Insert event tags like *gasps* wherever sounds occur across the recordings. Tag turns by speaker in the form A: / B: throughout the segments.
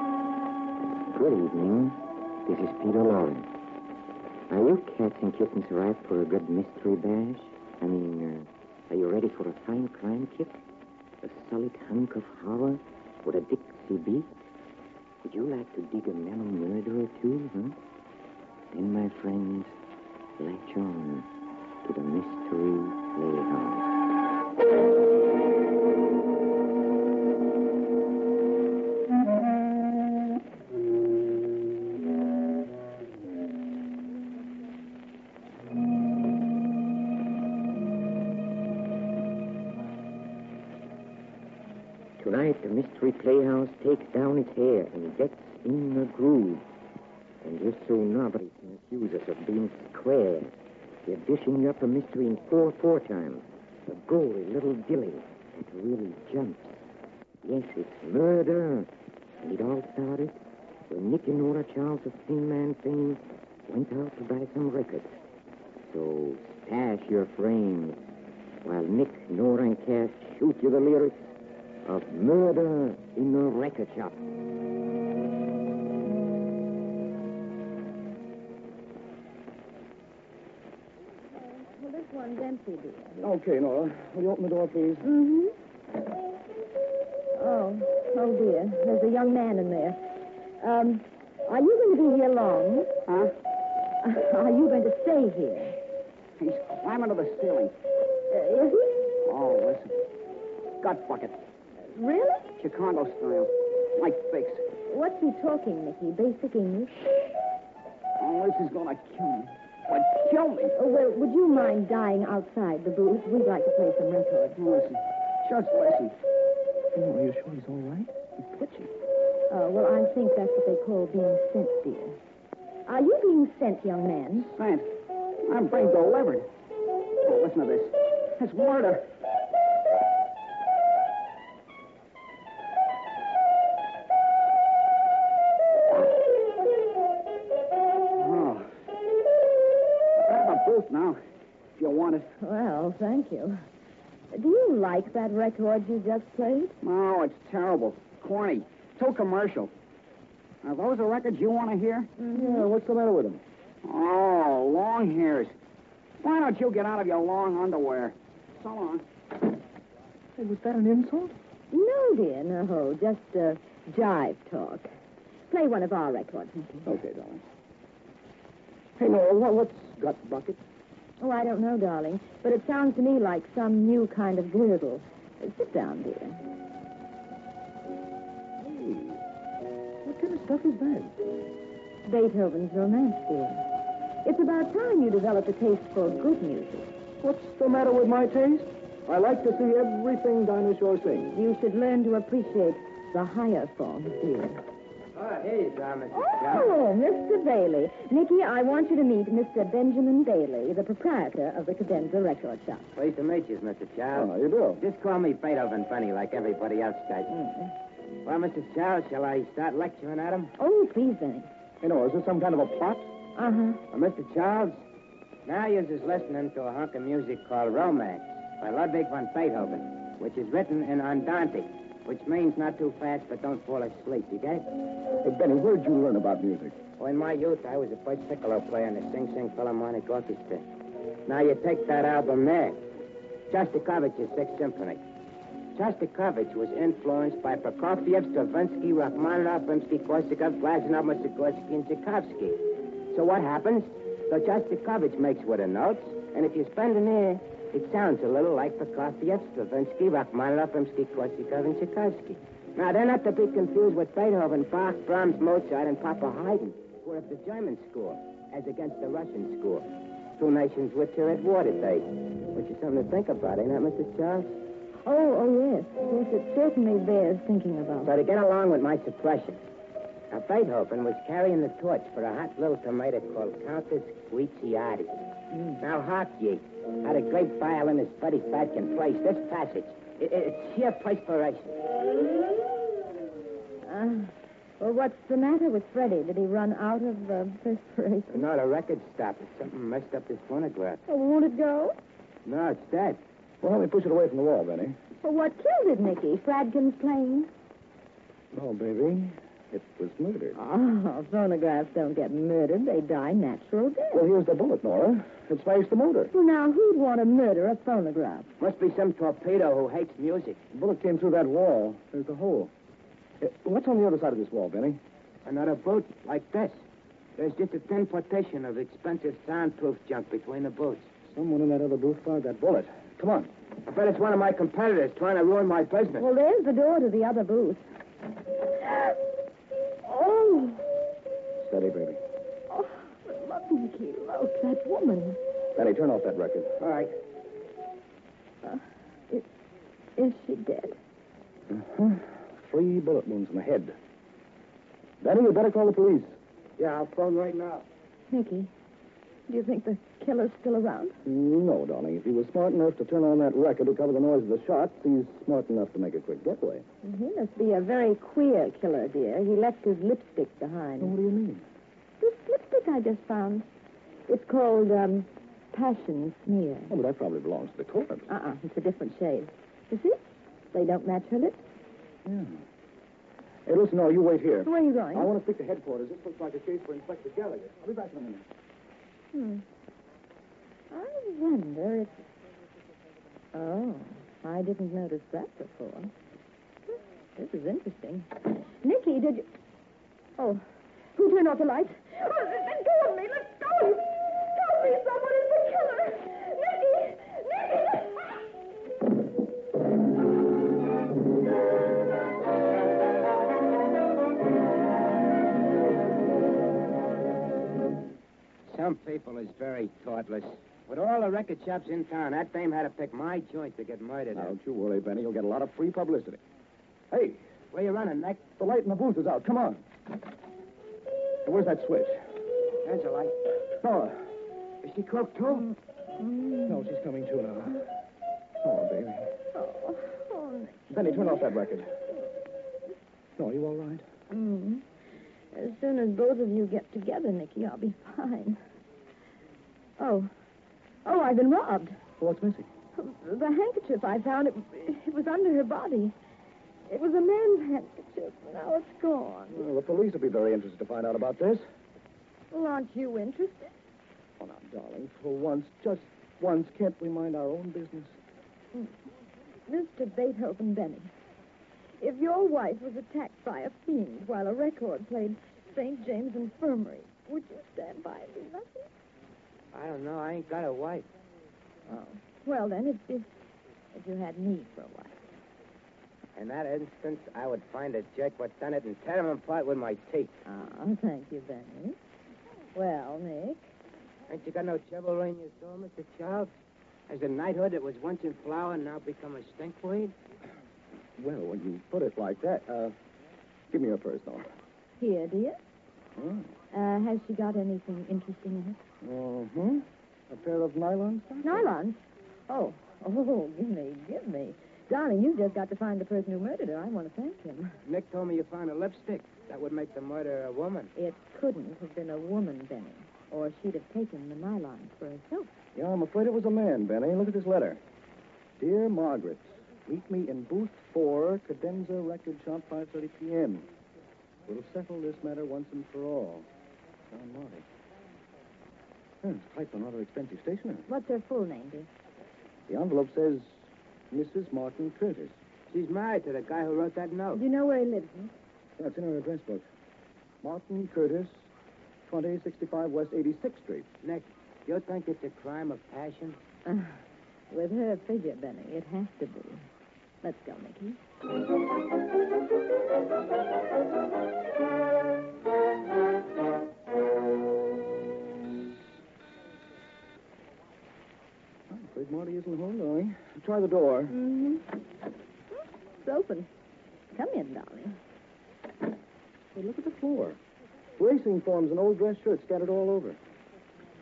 A: Good evening. This is Peter Lawrence. Are you cats and kittens ripe for a good mystery bash? I mean, uh, are you ready for a fine crime kick? A solid hunk of horror with a Dixie beat? Would you like to dig a mellow murder or two, huh? Then, my friends, latch on to the mystery playhouse. Tonight, the Mystery Playhouse takes down its hair and gets in the groove. And just so nobody can accuse us of being square, we're dishing up a mystery in 4 4 time. A gory little dilly that really jumps. Yes, it's murder. And it all started when Nick and Nora Charles of Thin Man fame went out to buy some records. So stash your frames while Nick, Nora, and Cass shoot you the lyrics of murder in the record shop.
B: Well, this one's empty, dear.
C: Okay, Nora. Will you open the door, please?
B: Mm-hmm. Oh, oh dear. There's a young man in there. Um, are you going to be here long? *laughs*
D: Huh?
B: Are you going to stay here?
D: He's climbing to the ceiling.
B: Uh, is he?
D: Oh, listen. Gut bucket.
B: Really?
D: Chicago style. Like fix.
B: What's he talking, Mickey? Basic English?
D: Oh, this is gonna kill me. But kill me.
B: Oh, well, would you mind dying outside the booth? We'd like to play some records.
D: Listen. Just listen.
C: are Oh, you sure he's all right?
D: He's pitching.
B: Oh, well, I think that's what they call being sent, dear. Are you being sent, young man?
D: Man, I'm being delivered. Oh, listen to this. It's murder. Oh. I have a booth now, if you want it.
B: Well, thank you. Do you like that record you just played?
D: No, Oh, it's terrible. Corny. Too commercial. Are those the records you want to hear?
C: Yeah, what's the matter with him?
D: Oh, long hairs. Why don't you get out of your long underwear? So long.
C: Hey, was that an insult?
B: No, dear, no. Just uh, jive talk. Play one of our records.
C: Okay, darling. Hey, Nora, what, what's gut bucket?
B: Oh, I don't know, darling, but it sounds to me like some new kind of girdle. Uh, sit down, dear.
C: Hey, what kind of stuff is that?
B: Beethoven's romance, dear. It's about time you developed a taste for good music.
C: What's the matter with my taste? I like to see everything Dinah Shore sings.
B: You should learn to appreciate the higher forms, dear.
A: Oh, hey, Thomas.
B: Oh, Mr. Bailey. Nicky, I want you to meet Mr. Benjamin Bailey, the proprietor of the Cadenza Record Shop.
A: Pleased to meet you, Mr. Charles.
C: Oh, How you do?
A: Just call me Beethoven Funny like everybody else does.
B: Mm-hmm.
A: Well, Mr. Charles, shall I start lecturing at him?
B: Oh, please, Benny.
C: Hey, Nora, is this some kind of a plot?
B: Uh-huh.
A: Well, Mr. Charles, now you're just listening to a hunk of music called Romance by Ludwig van Beethoven, which is written in Andante, which means not too fast, but don't fall asleep, you get it?
C: Hey, Benny, where'd you learn about music?
A: Well, in my youth, I was a first piccolo player in the Sing Sing Philharmonic Orchestra. Now you take that album there, Shostakovich's Sixth Symphony. Shostakovich was influenced by Prokofiev, Stravinsky, Rachmaninoff, Rimsky-Korsakov, Glazunov, Mussorgsky, and Tchaikovsky. So what happens? So Shostakovich makes with the notes, and if you spend an ear,
C: It sounds a little like Prokofiev, Stravinsky, Rachmaninoff, Rimsky-Korsakov, and Tchaikovsky. Now, they're not to be confused with Beethoven, Bach, Brahms, Mozart, and Papa Haydn, who are of the German school, as against the Russian school. Two nations which are at war today. Which is something to think about, ain't it, Mrs. Charles?
B: Oh, oh, yes. Yes, it certainly bears thinking about.
C: So to get along with my suppression, now Beethoven was carrying the torch for a hot little tomato called Countess Guicciardi. Now hark ye, how the great violinist Buddy Fatkin plays this passage. It, it- it's sheer perspiration.
B: Uh, well, what's the matter with Freddie? Did he run out of uh, perspiration?
C: No, the record stopped. Something messed up this phonograph.
B: Oh, won't it go?
C: No, it's dead.
A: Well, help me push it away from the wall, Benny.
B: Well, what killed it, Nicky? Fradkin's playing?
A: No, baby. It was murdered.
B: Oh, phonographs don't get murdered. They die natural death.
A: Well, here's the bullet, Nora. It smashed the motor.
B: Well, now, who'd want to murder a phonograph?
C: Must be some torpedo who hates music.
A: The bullet came through that wall. There's the hole. Uh, what's on the other side of this wall, Benny?
C: Another boot like this. There's just a thin partition of expensive soundproof junk between the boots.
A: Someone in that other booth fired that bullet. Come on.
C: I bet it's one of my competitors trying to ruin my business.
B: Well, there's the door to the other booth. Oh,
A: Steady, baby.
B: oh, but love, Nicky, love that woman.
A: Benny, turn off that record.
C: All right.
B: Uh, Is she dead?
A: Uh-huh. Three bullet wounds in the head. Benny, you better call the police.
E: Yeah, I'll phone right now.
B: Nicky, do you think the killer's still around?
A: No, darling. If he was smart enough to turn on that record to cover the noise of the shot, he's smart enough to make a quick getaway.
B: He must be a very queer killer, dear. He left his lipstick behind.
A: What do you mean?
B: This lipstick I just found. It's called, um, Passion Smear.
A: Oh, but that probably belongs to the corpse.
B: Uh-uh, it's a different shade. You see? They don't match her lips.
A: Yeah. Hey, listen, no, you wait here.
B: Where are you going?
A: I want to speak to headquarters. This looks like a case for Inspector Gallagher. I'll be back in a minute.
B: Hmm. I wonder if. Oh, I didn't notice that before. This is interesting. Nicky, did you. Oh, who turned off the lights? Oh, let go of me! Let go of me! Stop me! Someone is the killer! Nicky!
C: Some people is very thoughtless. With all the record shops in town, that dame had to pick my joint to get murdered. in.
A: Don't you worry, Benny. You'll get a lot of free publicity. Hey,
C: Where you running, Nick?
A: the light in the booth is out. Come on. Hey, where's that switch?
C: There's a light.
A: Nora.
C: Is she cooked, too?
A: No, she's coming to now. Oh, baby.
B: Oh, oh, Nicky.
A: Benny, turn off that record. No, are you all right?
B: Mm. As soon as both of you get together, Nicky, I'll be fine. Oh. Oh, I've been robbed.
A: Well, what's missing?
B: The handkerchief I found, it, it was under her body. It was a man's handkerchief. Now it's gone.
A: Well, the police will be very interested to find out about this.
B: Well, aren't you interested?
A: Oh, now, darling, for once, just once, can't we mind our own business?
B: Mr. Beethoven Benny, if your wife was attacked by a fiend while a record played St. James Infirmary, would you stand by and do nothing?
C: I don't know. I ain't got a wife.
B: Oh. Well, then, if, if, if you had me for a while.
C: In that instance, I would find a jerk what done it and tear him apart with my teeth.
B: Oh, thank you, Benny. Well, Nick.
C: Ain't you got no chivalry in your soul, Mr. Charles? As a knighthood that was once in flower and now become a stinkweed?
A: Well, when you put it like that, uh, give me your purse, Nora.
B: Here, dear. Uh, has she got anything interesting in it?
A: Mm-hmm. A pair of nylon stockings.
B: Nylon? Oh, oh, give me, give me. Darling, you've just got to find the person who murdered her. I want to thank him.
C: Nick told me you found a lipstick. That would make the murderer a woman.
B: It couldn't have been a woman, Benny, or she'd have taken the nylon for herself.
A: Yeah, I'm afraid it was a man, Benny. Look at this letter. Dear Margaret, meet me in booth four, Cadenza Record Shop, 5:30 p.m. We'll settle this matter once and for all. John Marty. Hmm, it's quite the rather expensive stationer.
B: What's her full name, dear?
A: The envelope says, Mrs. Martin Curtis.
C: She's married to the guy who wrote that note.
B: Do you know where he lives, Nick?
A: That's in her address book. Martin Curtis, 2065 West 86th Street.
C: Nick, you think it's a crime of passion?
B: Uh, With her figure, Benny, it has to be. Let's go, Nicky.
C: I'm afraid Marty isn't home, darling. Try the door.
B: Mm-hmm. It's open. Come in, darling.
C: Hey, look at the floor. Racing forms and old dress shirts scattered all over.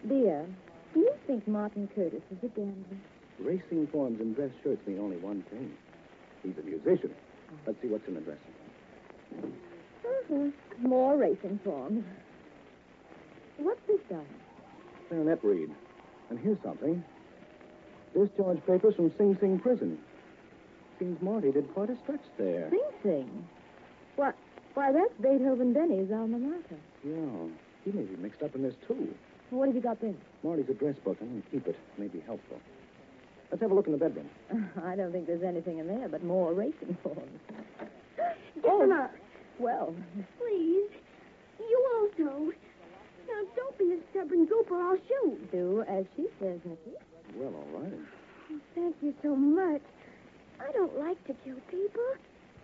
B: Dear, do you think Martin Curtis is a gambler?
C: Racing forms and dress shirts mean only one thing. He's a musician. Let's see what's in the dressing.
B: Uh-huh. More racing forms. What's this, darling?
C: Baronet Reed. And here's something. Discharge papers from Sing Sing prison. Seems Marty did quite a stretch there.
B: Sing Sing. Why, why, that's Beethoven Benny's alma mater.
C: Yeah. He may be mixed up in this, too.
B: What have you got there?
C: Marty's address book. I'm going to keep it. May be helpful. Let's have a look in the bedroom.
B: *laughs* I don't think there's anything in there but more racing forms. Get them out. Well,
F: Please. You also. Now, don't be a stubborn goop or I'll shoot.
B: do as she says, Nicky.
C: Well, all right.
F: Thank you so much. I don't like to kill people.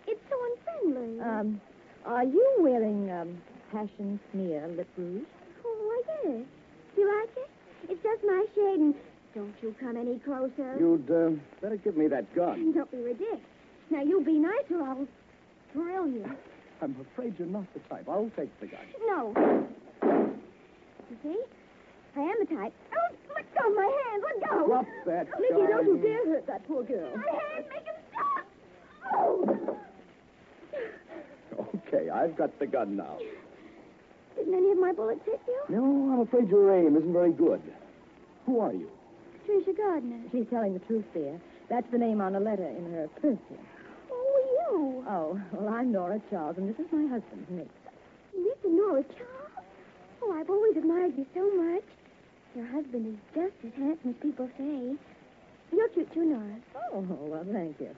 F: It's so unfriendly.
C: Uh,
B: Um, are you wearing um, passion smear lip rouge?
F: Oh, why, yes. You like it? It's just my shade, and don't you come any closer.
C: You'd uh, better give me that gun.
F: Don't be ridiculous. Now, you be nice or I'll drill you.
C: I'm afraid you're not the type. I'll take the gun.
F: No. You see? I am the type. Oh, let go of my hand. Let go.
C: Drop that
B: Oh,
F: Mickey,
C: gun.
F: don't you dare.
B: hurt that poor girl.
F: My hand. Make him stop. Oh.
C: Okay, I've got the gun now.
F: Didn't any of my bullets hit you?
C: No, I'm afraid your aim isn't very good. Who are you?
F: Tricia Gardner.
B: She's telling the truth, dear. That's the name on a letter in her purse.
F: Oh, you.
B: Oh, well, I'm Nora Charles, and this is my husband, Nick.
F: Mr. Nora Charles. Oh, I've always admired you so much. Your husband is just as handsome as people say. You're cute too, Nora.
B: Oh, well, thank you.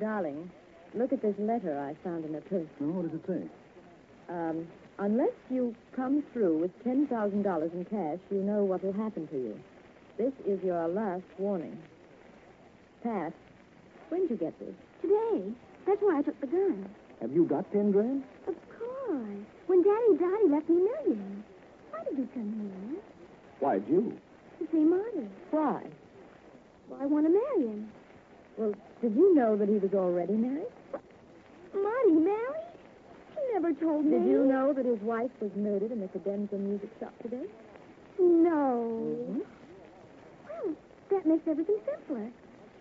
B: Darling, look at this letter I found in her purse.
C: No, what does it say?
B: Um, unless you come through with $10,000 in cash, you know what will happen to you. This is your last warning. Pat, when'd you get this?
F: Today. That's why I took the gun.
C: Have you got ten grand?
F: Of course. When Daddy died, he left me millions. Why did you come
C: Why'd you?
F: here? To see Marty.
B: Why?
F: Well, I want to marry him.
B: Well, did you know that he was already married?
F: Marty married? He never told me.
B: Did you know that his wife was murdered in the cadenza music shop today?
F: No.
C: Mm-hmm.
F: Well, that makes everything simpler.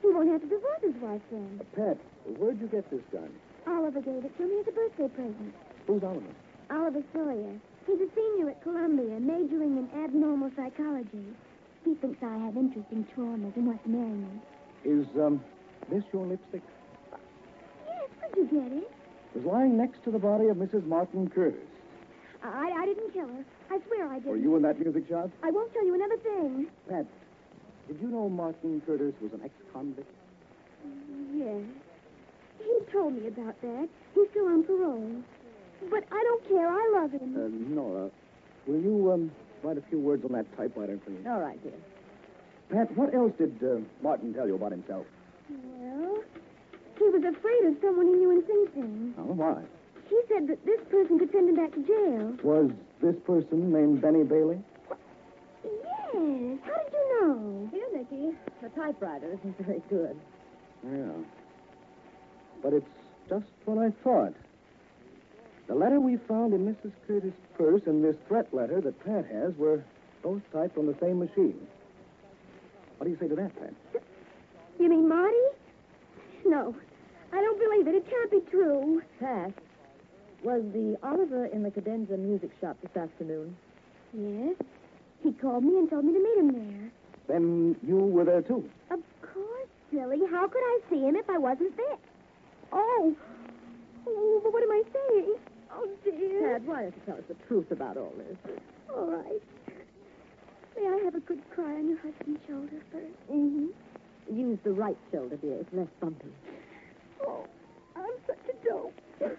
F: He won't have to divorce his wife then.
C: Pat, where'd you get this gun?
F: Oliver gave it to me as a birthday present.
C: Who's Oliver?
F: Oliver Sawyer. He's a senior at Columbia, majoring in abnormal psychology. He thinks I have interesting traumas and wants to marry me.
C: Is um, this your lipstick?
F: Yes, could you get it?
C: It was lying next to the body of Mrs. Martin Curtis.
F: I, I didn't kill her. I swear I didn't.
C: Were you in that music shop?
F: I won't tell you another thing.
C: Pat, did you know Martin Curtis was an ex-convict?
F: Yes. He told me about that. He's still on parole. But I don't care. I love him.
C: Uh, Nora, will you um, write a few words on that typewriter, please?
B: All right, dear.
C: Pat, what else did uh, Martin tell you about himself?
F: Well, he was afraid of someone he knew in Sing Sing.
C: Oh, why?
F: He said that this person could send him back to jail.
C: Was this person named Benny Bailey?
F: Yes. How did you know?
B: Here, Nicky. The typewriter isn't very good.
C: Yeah. But it's just what I thought. The letter we found in Mrs. Curtis' purse and this threat letter that Pat has were both typed on the same machine. What do you say to that, Pat?
F: You mean Marty? No. I don't believe it. It can't be true.
B: Pat, was the Oliver in the cadenza music shop this afternoon?
F: Yes. He called me and told me to meet him
C: Then you were there, too.
F: there. Of course, silly. How could I see him if I wasn't there? Oh. Oh, but what am I saying? Oh, dear.
B: Pat, why don't you tell us the truth about all this?
F: All right. May I have a good cry on your husband's shoulder first? Mm-hmm.
B: Use the right shoulder, dear. It's less bumpy.
F: Oh, I'm such a dope. Oh,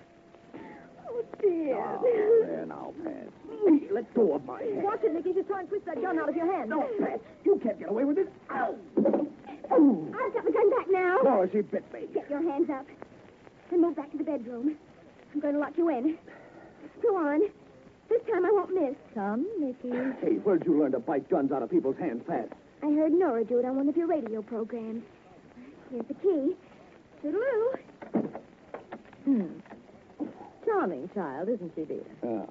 F: Oh, dear.
D: Oh, there now, Pat. Hey, let go of my hand.
B: Watch it, Nicky. She's trying to twist that gun out of your hand.
D: No, Pat, you can't get away with this. Ow!
F: I've got my gun back now.
D: Laura, she bit me.
F: Get your hands up. And move back to the bedroom. I'm going to lock you in. Go on. This time I won't miss.
B: Come, Nicky.
D: Hey, where'd you learn to bite guns out of people's hands, Pat?
F: I heard Nora do it on one of your radio programs. Here's the key. Toodaloo.
B: Hmm. Charming child, isn't she, dear?
D: Oh.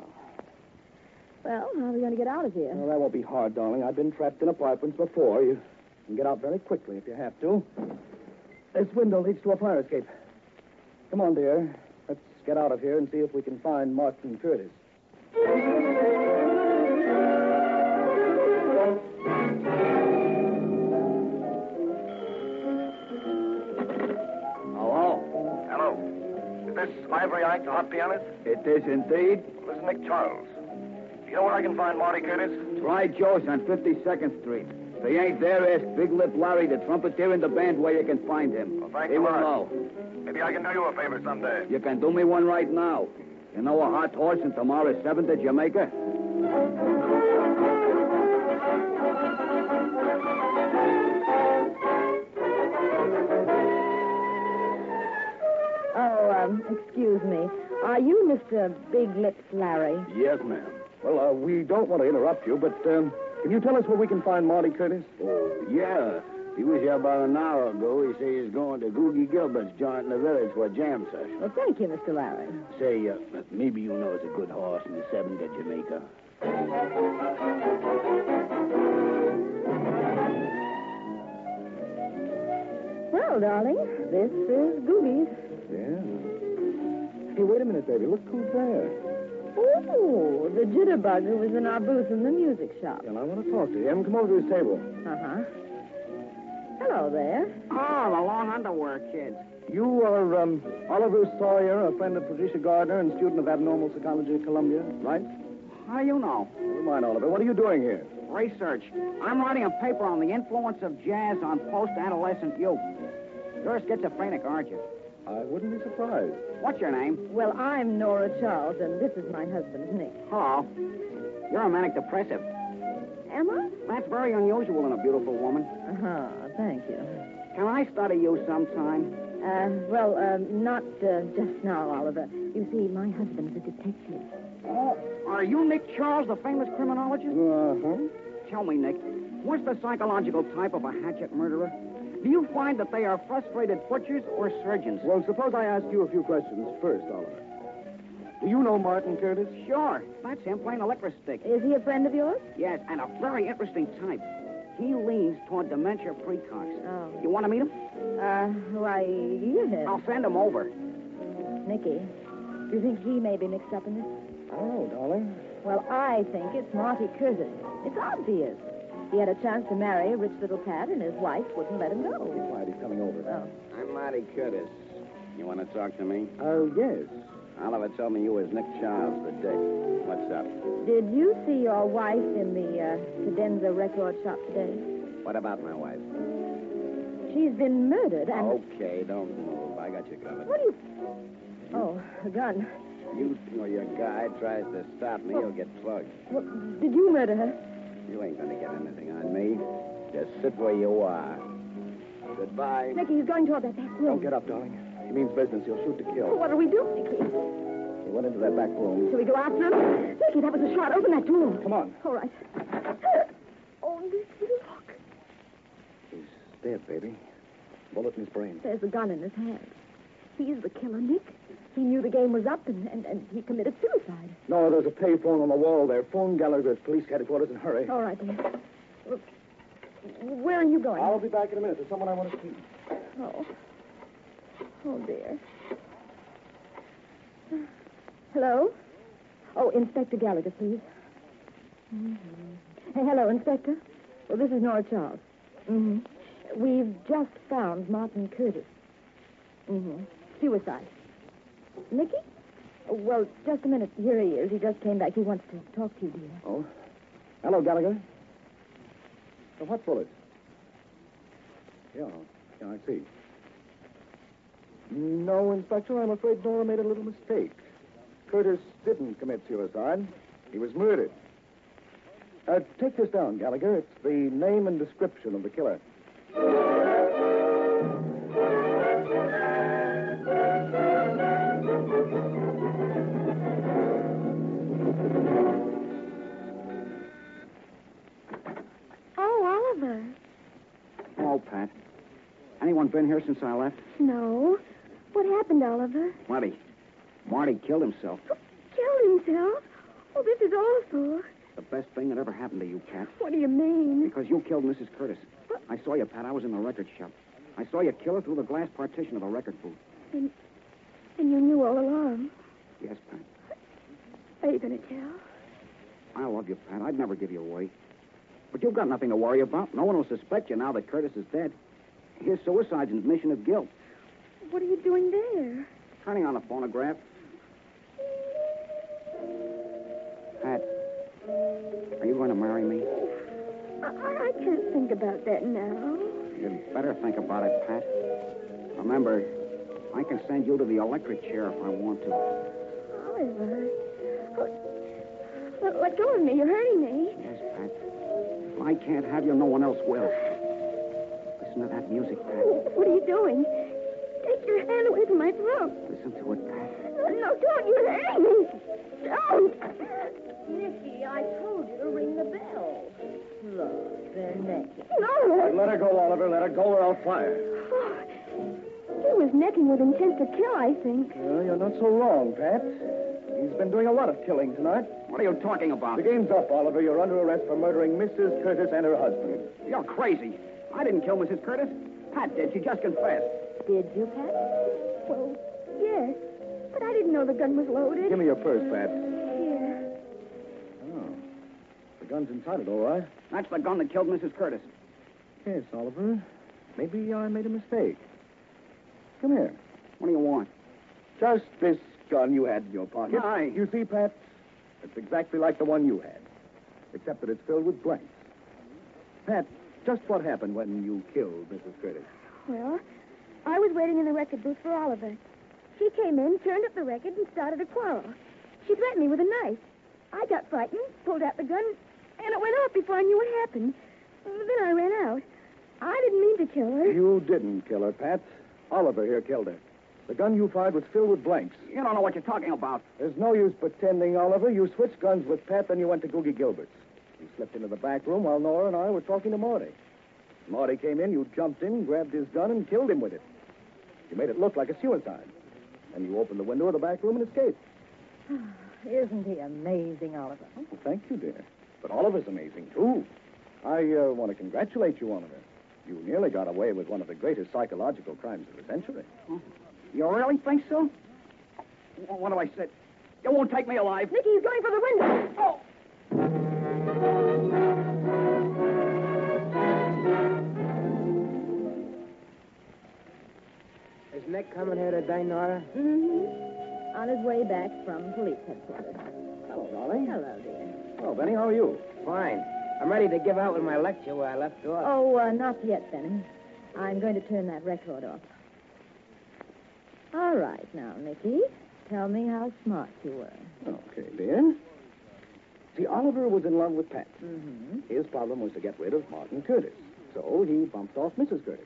B: Well, how are we going to get out of here?
D: Well, that won't be hard, darling. I've been trapped in apartments before. You can get out very quickly if you have to. This window leads to a fire escape. Come on, dear. Let's get out of here and see if we can find Martin Curtis.
G: Hello.
H: Hello. Is this Ivory Ike, the hot pianist?
G: It is indeed.
H: This is Nick Charles. Do you know where I can find Marty Curtis?
G: Try Joe's on 52nd Street. If he ain't there, ask Big Lip Larry, the trumpeter in the band, where you can find him.
H: Well, thanks
G: he
H: a
G: will
H: lot.
G: know.
H: Maybe I can do you a favor someday.
G: You can do me one right now. You know a hot horse and tomorrow's 7th to Jamaica?
B: Oh, um, excuse me. Are you Mr. Big Lips Larry?
G: Yes, ma'am.
C: Well, uh, we don't want to interrupt you, but um, can you tell us where we can find Marty Curtis?
G: Oh, yeah. He was here about an hour ago. He says he's going to Googie Gilbert's joint in the village for a jam session.
B: Well, thank you, Mr. Larry.
G: Say, uh, maybe you know it's a good horse and the seven to Jamaica.
B: Well, darling, this is Googie's.
C: Yeah. Hey, wait a minute, baby. Look who's there.
B: Oh, the jitterbug who was in our booth in the music shop.
C: And I want to talk to him. Come over to his table.
B: Uh-huh. Hello there.
D: Oh, the long underwear kids.
C: You are um, Oliver Sawyer, a friend of Patricia Gardner and student of abnormal psychology at Columbia, right?
D: How do you know?
C: Never mind, Oliver. What are you doing here?
D: Research. I'm writing a paper on the influence of jazz on post-adolescent youth. You're a schizophrenic, aren't you?
C: I wouldn't be surprised.
D: What's your name?
B: Well, I'm Nora Charles, and this is my husband, Nick.
D: Hello. You're a manic depressive.
B: Am I?
D: That's very unusual in a beautiful woman.
B: Uh-huh, thank you.
D: Can I study you sometime?
B: Uh, well, uh, not uh, just now, Oliver. You see, my husband's a detective.
D: Oh, are you Nick Charles, the famous criminologist?
C: Uh-huh.
D: Tell me, Nick, what's the psychological type of a hatchet murderer? Do you find that they are frustrated butchers or surgeons?
C: Well, suppose I ask you a few questions first, Oliver. Do you know Martin Curtis?
D: Sure. That's him playing the liquor stick.
B: Is he a friend of yours?
D: Yes, and a very interesting type. He leans toward dementia precox.
B: Oh.
D: You want to meet him?
B: Uh, why, yes.
A: Oh.
D: I'll send him over.
B: Nicky, do you think he may be mixed up in this?
C: I don't know, darling.
B: Well, I think it's Marty Curtis. It's obvious. He had a chance to marry a rich little Pat, and his wife wouldn't let him go.
C: Why, he's coming over.
B: Oh.
I: I'm Marty Curtis. You want to talk to me?
C: Oh, yes.
I: Oliver told me you was Nick Charles, the dick. What's up?
B: Did you see your wife in the uh, Cadenza record shop today?
I: What about my wife?
B: She's been murdered, and...
I: Okay, don't move. I got you covered.
B: What do you... Oh, a gun.
I: You or your guy tries to stop me, he'll get plugged.
B: Well, did you murder her?
I: You ain't gonna get anything on me. Just sit where you are. Goodbye.
F: Nicky, he's going toward that back room.
C: Don't get up, darling. He means business. He'll shoot to
B: Well,
C: kill.
B: what do we do, Nicky?
C: He went into that back room.
B: Shall we go after him? Nicky, that was a shot. Open that door.
C: Come on.
B: All right. *gasps*
F: Oh, Nicky, look.
C: He's dead, baby. Bullet in his brain.
B: There's the gun in his hand. He's the killer, Nick. He knew the game was up, and, and, and he committed suicide.
C: No, there's a payphone on the wall there. Phone Gallagher at police headquarters and hurry.
B: All right, dear. Look, Where are you going?
C: I'll be back in a minute. There's someone I want to see.
B: Oh. Oh, dear. Hello? Oh, Inspector Gallagher, please. Mhm. Hey, hello, Inspector. Well, this is Nora Charles. hmm We've just found Martin Curtis. hmm Suicide. Nicky? Oh, well, just a minute. Here he is. He just came back. He wants to talk to you, dear.
C: Oh. Hello, Gallagher. Uh, what bullets? Yeah, yeah, I see. No, Inspector, I'm afraid Nora made a little mistake. Curtis didn't commit suicide. He was murdered. Uh, take this down, Gallagher. It's the name and description of the killer.
F: Oh, Oliver.
A: Oh, Pat. Anyone been here since I left?
F: No. What happened, Oliver?
A: Marty. Marty killed himself.
F: Killed himself? Oh, this is awful.
A: The best thing that ever happened to you, Pat.
F: What do you mean?
A: Because you killed Mrs. Curtis. I saw you, Pat. I was in the record shop. I saw you kill her through the glass partition of a record booth.
F: And you knew all along.
A: Yes, Pat.
F: Are you going to tell?
A: I love you, Pat. I'd never give you away. But you've got nothing to worry about. No one will suspect you now that Curtis is dead. His suicide's an admission of guilt.
F: What are you doing there?
A: Turning on the phonograph. Pat, are you going to marry me?
F: I, I I can't think about that now.
A: You'd better think about it, Pat. Remember, I can send you to the electric chair if I want to.
F: Oliver. Let, let go of me. You're hurting me.
A: Yes, Pat. If I can't have you, no one else will. Listen to that music, Pat.
F: What are you doing? Take your hand away from my throat.
A: Listen to it, Pat.
F: No, don't. You're hurting me. Don't.
B: Nicky, I told you to ring the bell. Look, they're naked.
F: No.
J: Let her go, Oliver. Let her go or I'll fire.
F: Oh. He was necking with intent to kill, I think.
C: Well, you're not so wrong, Pat. He's been doing a lot of killing tonight.
A: What are you talking about?
C: The game's up, Oliver. You're under arrest for murdering Mrs. Curtis and her husband.
A: You're crazy. I didn't kill Mrs. Curtis. Pat did. She just confessed.
B: Did you, Pat?
F: Well, yes. But I didn't know the gun was loaded.
C: Give me your purse, Pat.
F: Here.
C: Oh. The gun's inside it, all right.
A: That's the gun that killed Mrs. Curtis.
C: Yes, Oliver. Maybe I made a mistake. Come here.
A: What do you want?
C: Just this gun you had in your pocket.
A: Why?
C: You see, Pat, it's exactly like the one you had, except that it's filled with blanks. Pat, just what happened when you killed Mrs. Curtis?
F: Well, I was waiting in the record booth for Oliver. She came in, turned up the record, and started a quarrel. She threatened me with a knife. I got frightened, pulled out the gun, and it went off before I knew what happened. Then I ran out. I didn't mean to kill
A: Mm-hmm.
F: her.
C: You didn't kill her, Pat. Oliver here killed her. The gun you fired was filled with blanks.
A: You don't know what you're talking about.
C: There's no use pretending, Oliver. You switched guns with Pat, then you went to Googie Gilbert's. You slipped into the back room while Nora and I were talking to Marty. Marty came in, you jumped in, grabbed his gun, and killed him with it. You made it look like a suicide. And you opened the window of the back room and escaped.
B: Isn't he amazing, Oliver?
C: Well, thank you, dear. But Oliver's amazing, too. I uh, want to congratulate you, Oliver. You nearly got away with one of the greatest psychological crimes of the century.
A: You really think so? Wh- What do I say? You won't take me alive.
F: Nicky, he's going for the window.
A: Oh!
K: Is Nick coming here today, Nora?
B: Mm-hmm. On his way back from police headquarters.
K: Hello, Nolly.
B: Hello, dear.
C: Well, Oh, Benny, how are you?
K: Fine. I'm ready to give out with my lecture where I left off.
B: Oh, uh, not yet, Benny. I'm going to turn that record off. All right, now, Nicky. Tell me how smart you were.
C: Okay, dear. See, Oliver was in love with Pat.
B: Mm-hmm.
C: His problem was to get rid of Martin Curtis. So he bumped off Mrs. Curtis.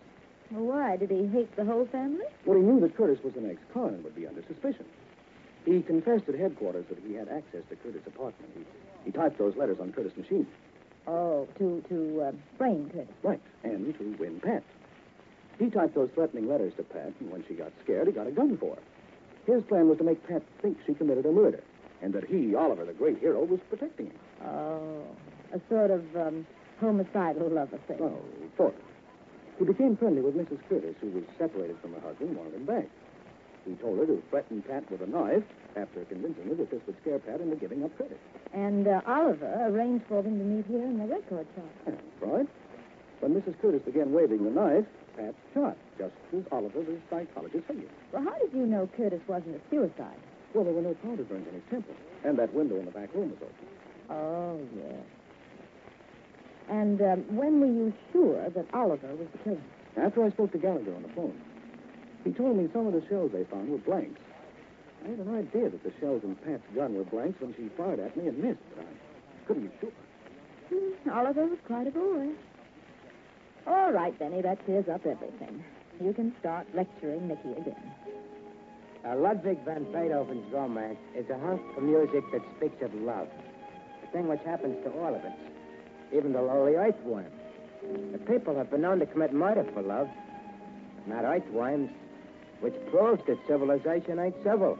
B: Well, why? Did he hate the whole family?
C: Well, he knew that Curtis was an ex-con and would be under suspicion. He confessed at headquarters that he had access to Curtis' apartment. He, he typed those letters on Curtis' machine.
B: Oh, to to uh, brain Curtis.
C: Right, and to win Pat. He typed those threatening letters to Pat, and when she got scared, he got a gun for her. His plan was to make Pat think she committed a murder, and that he, Oliver, the great hero, was protecting him.
B: Oh, a sort of um, homicidal love affair.
C: Well, sort of. He became friendly with Mrs. Curtis, who was separated from her husband, wanted him back. He told her to threaten Pat with a knife after convincing her that this would scare Pat into giving up Curtis.
B: And uh, Oliver arranged for them to meet here in the record shop.
C: That's right. When Mrs. Curtis began waving the knife, Pat shot, just as Oliver, the psychologist, figured.
B: Well, how did you know Curtis wasn't a suicide?
C: Well, there were no powder burns in his temple. And that window in the back room was open.
B: Oh, yes. And um, when were you sure that Oliver was the killer?
C: After I spoke to Gallagher on the phone, he told me some of the shells they found were blanks.
L: I had an idea that the shells in Pat's gun were blanks when she fired at me and missed, but I couldn't be sure.
B: Hmm, Oliver was quite a boy. All right, Benny, that clears up everything. You can start lecturing Nicky again.
M: Uh, Ludwig van Beethoven's romance is a hunk of music that speaks of love, a thing which happens to all of us, even the lowly earthworm. The people have been known to commit murder for love, not earthworms, which proves that civilization ain't civil.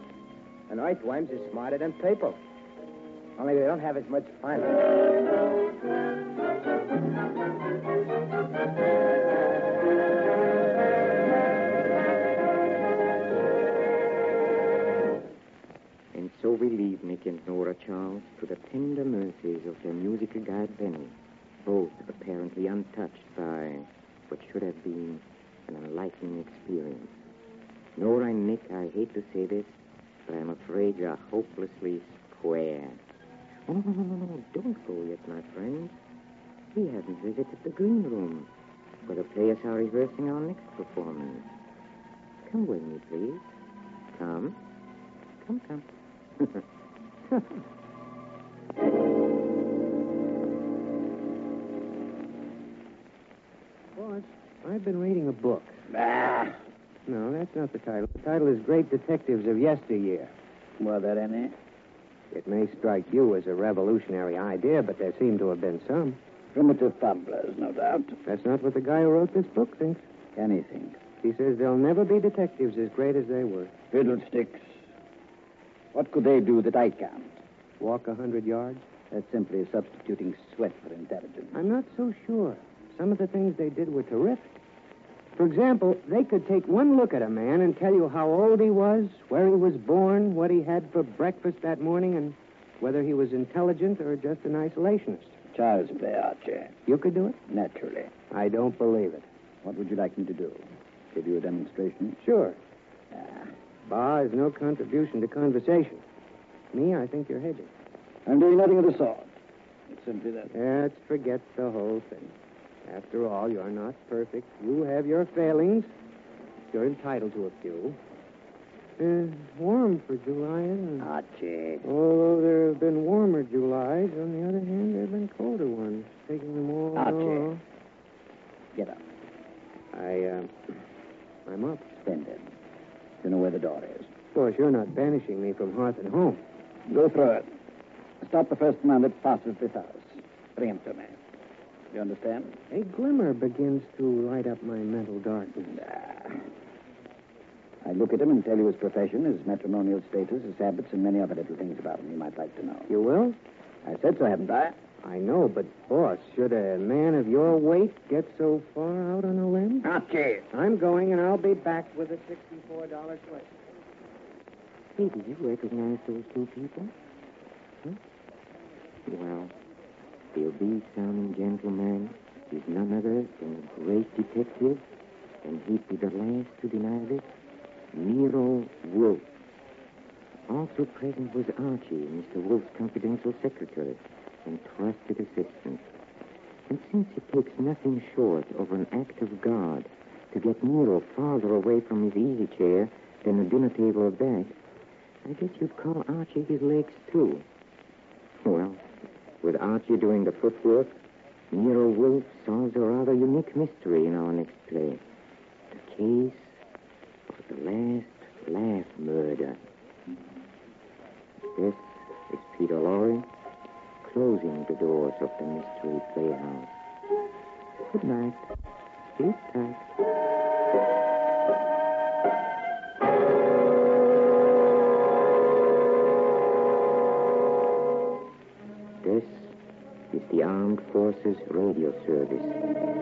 M: And earthworms are smarter than people, only they don't have as much fun.
A: And so we leave Nick and Nora Charles to the tender mercies of their musical guide Benny, both apparently untouched by what should have been an enlightening experience. Nora and Nick, I hate to say this, but I'm afraid you're hopelessly square. Oh, no, no, no, no, don't go yet, my friends. We haven't visited the green room, where the players are rehearsing our next performance. Come with me, please. Come. Come, come.
N: Boss, I've been reading a book.
C: Bah!
N: No, that's not the title. The title is Great Detectives of Yesteryear.
C: Well, that ain't it.
N: It may strike you as a revolutionary idea, but there seem to have been some.
C: Primitive fumblers, no doubt.
N: That's not what the guy who wrote this book thinks.
C: Anything.
N: He says there'll never be detectives as great as they were.
C: Fiddlesticks. What could they do that I can't?
N: Walk a hundred yards?
C: That's simply substituting sweat for intelligence.
N: I'm not so sure. Some of the things they did were terrific. For example, they could take one look at a man and tell you how old he was, where he was born, what he had for breakfast that morning, and whether he was intelligent or just an isolationist.
C: Child's play, Archie.
N: You could do it?
C: Naturally.
N: I don't believe it.
C: What would you like me to do? Give you a demonstration?
N: Sure.
C: Ah,
N: Bar is no contribution to conversation. Me, I think you're hedging.
C: I'm doing nothing of the sort. It's simply that.
N: Let's forget the whole thing. After all, you're not perfect. You have your failings. You're entitled to a few. It's warm for July, isn't it?
C: Archie.
N: Although there have been warmer Julys, on the other hand, there have been colder ones, taking them all.
C: Archie.
N: all.
C: Get up.
N: I, uh, I'm up.
C: Splendid. You know where the door is.
N: Of course, you're not banishing me from hearth and home.
C: Go through it. Stop the first man that passes this house. Bring him to me. You understand?
N: A glimmer begins to light up my mental darkness.
C: I look at him and tell you his profession, his matrimonial status, his habits, and many other little things about him you might like to know.
N: You will?
C: I said so, haven't I?
N: I know, but boss, should a man of your weight get so far out on a limb?
C: Okay.
N: I'm going, and I'll be back with a sixty-four dollar slip.
A: Hey, did you recognize those two people? Hmm? Well, the obese sounding gentleman is none other than a great detective, and he'd be the last to deny this, Nero Wolf. Also present was Archie, Mr. Wolf's confidential secretary and trusted assistant. And since it takes nothing short of an act of God to get Nero farther away from his easy chair than the dinner table or bed, I guess you'd call Archie his legs, too. Well, with Archie doing the footwork, Nero Wolf solves a rather unique mystery in our next play. The case of the last laugh murder. This is Peter Lorre closing the doors of the Mystery Playhouse. Good night. Sleep tight. This is the Armed Forces Radio Service.